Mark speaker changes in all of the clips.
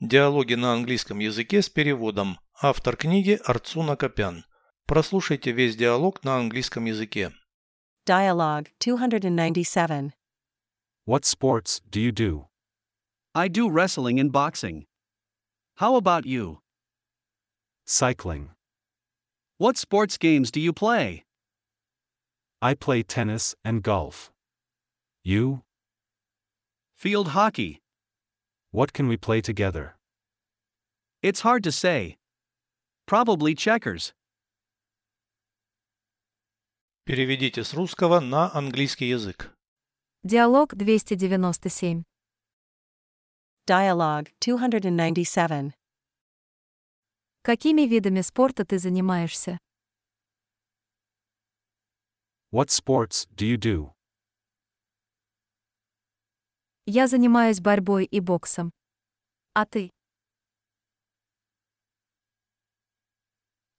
Speaker 1: Диалоги на английском языке с переводом. Автор книги Арцуна Копян. Прослушайте весь диалог на английском языке.
Speaker 2: Dialogue 297.
Speaker 3: What sports do you do?
Speaker 4: I do wrestling and boxing. How about you?
Speaker 3: Cycling.
Speaker 4: What sports games do you play?
Speaker 3: I play tennis and golf. You?
Speaker 4: Field hockey.
Speaker 3: What can we play together?
Speaker 4: It's hard to say. Probably checkers.
Speaker 1: Переведите с русского на английский язык.
Speaker 5: Диалог 297.
Speaker 2: Dialogue 297.
Speaker 5: Какими видами спорта ты занимаешься?
Speaker 3: What sports do you do?
Speaker 5: Я занимаюсь борьбой и боксом. А ты?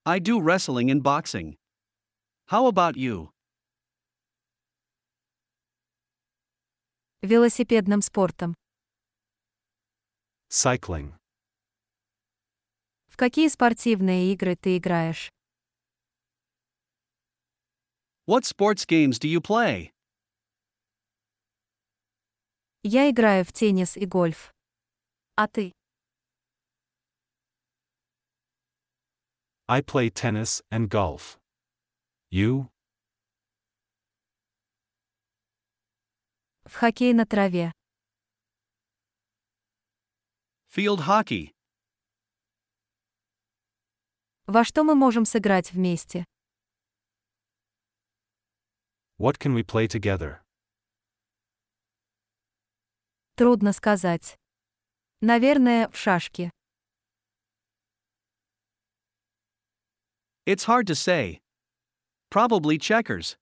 Speaker 4: I do wrestling and boxing. How about you?
Speaker 5: Велосипедным спортом.
Speaker 3: Cycling.
Speaker 5: В какие спортивные игры ты играешь?
Speaker 4: What sports games do you play?
Speaker 5: Я играю в теннис и гольф. А ты?
Speaker 3: I play tennis and golf. You?
Speaker 5: В хоккей на траве.
Speaker 4: Field hockey.
Speaker 5: Во что мы можем сыграть вместе?
Speaker 3: What can we play together?
Speaker 5: Трудно сказать. Наверное, в шашки.
Speaker 4: It's hard to say. Probably checkers.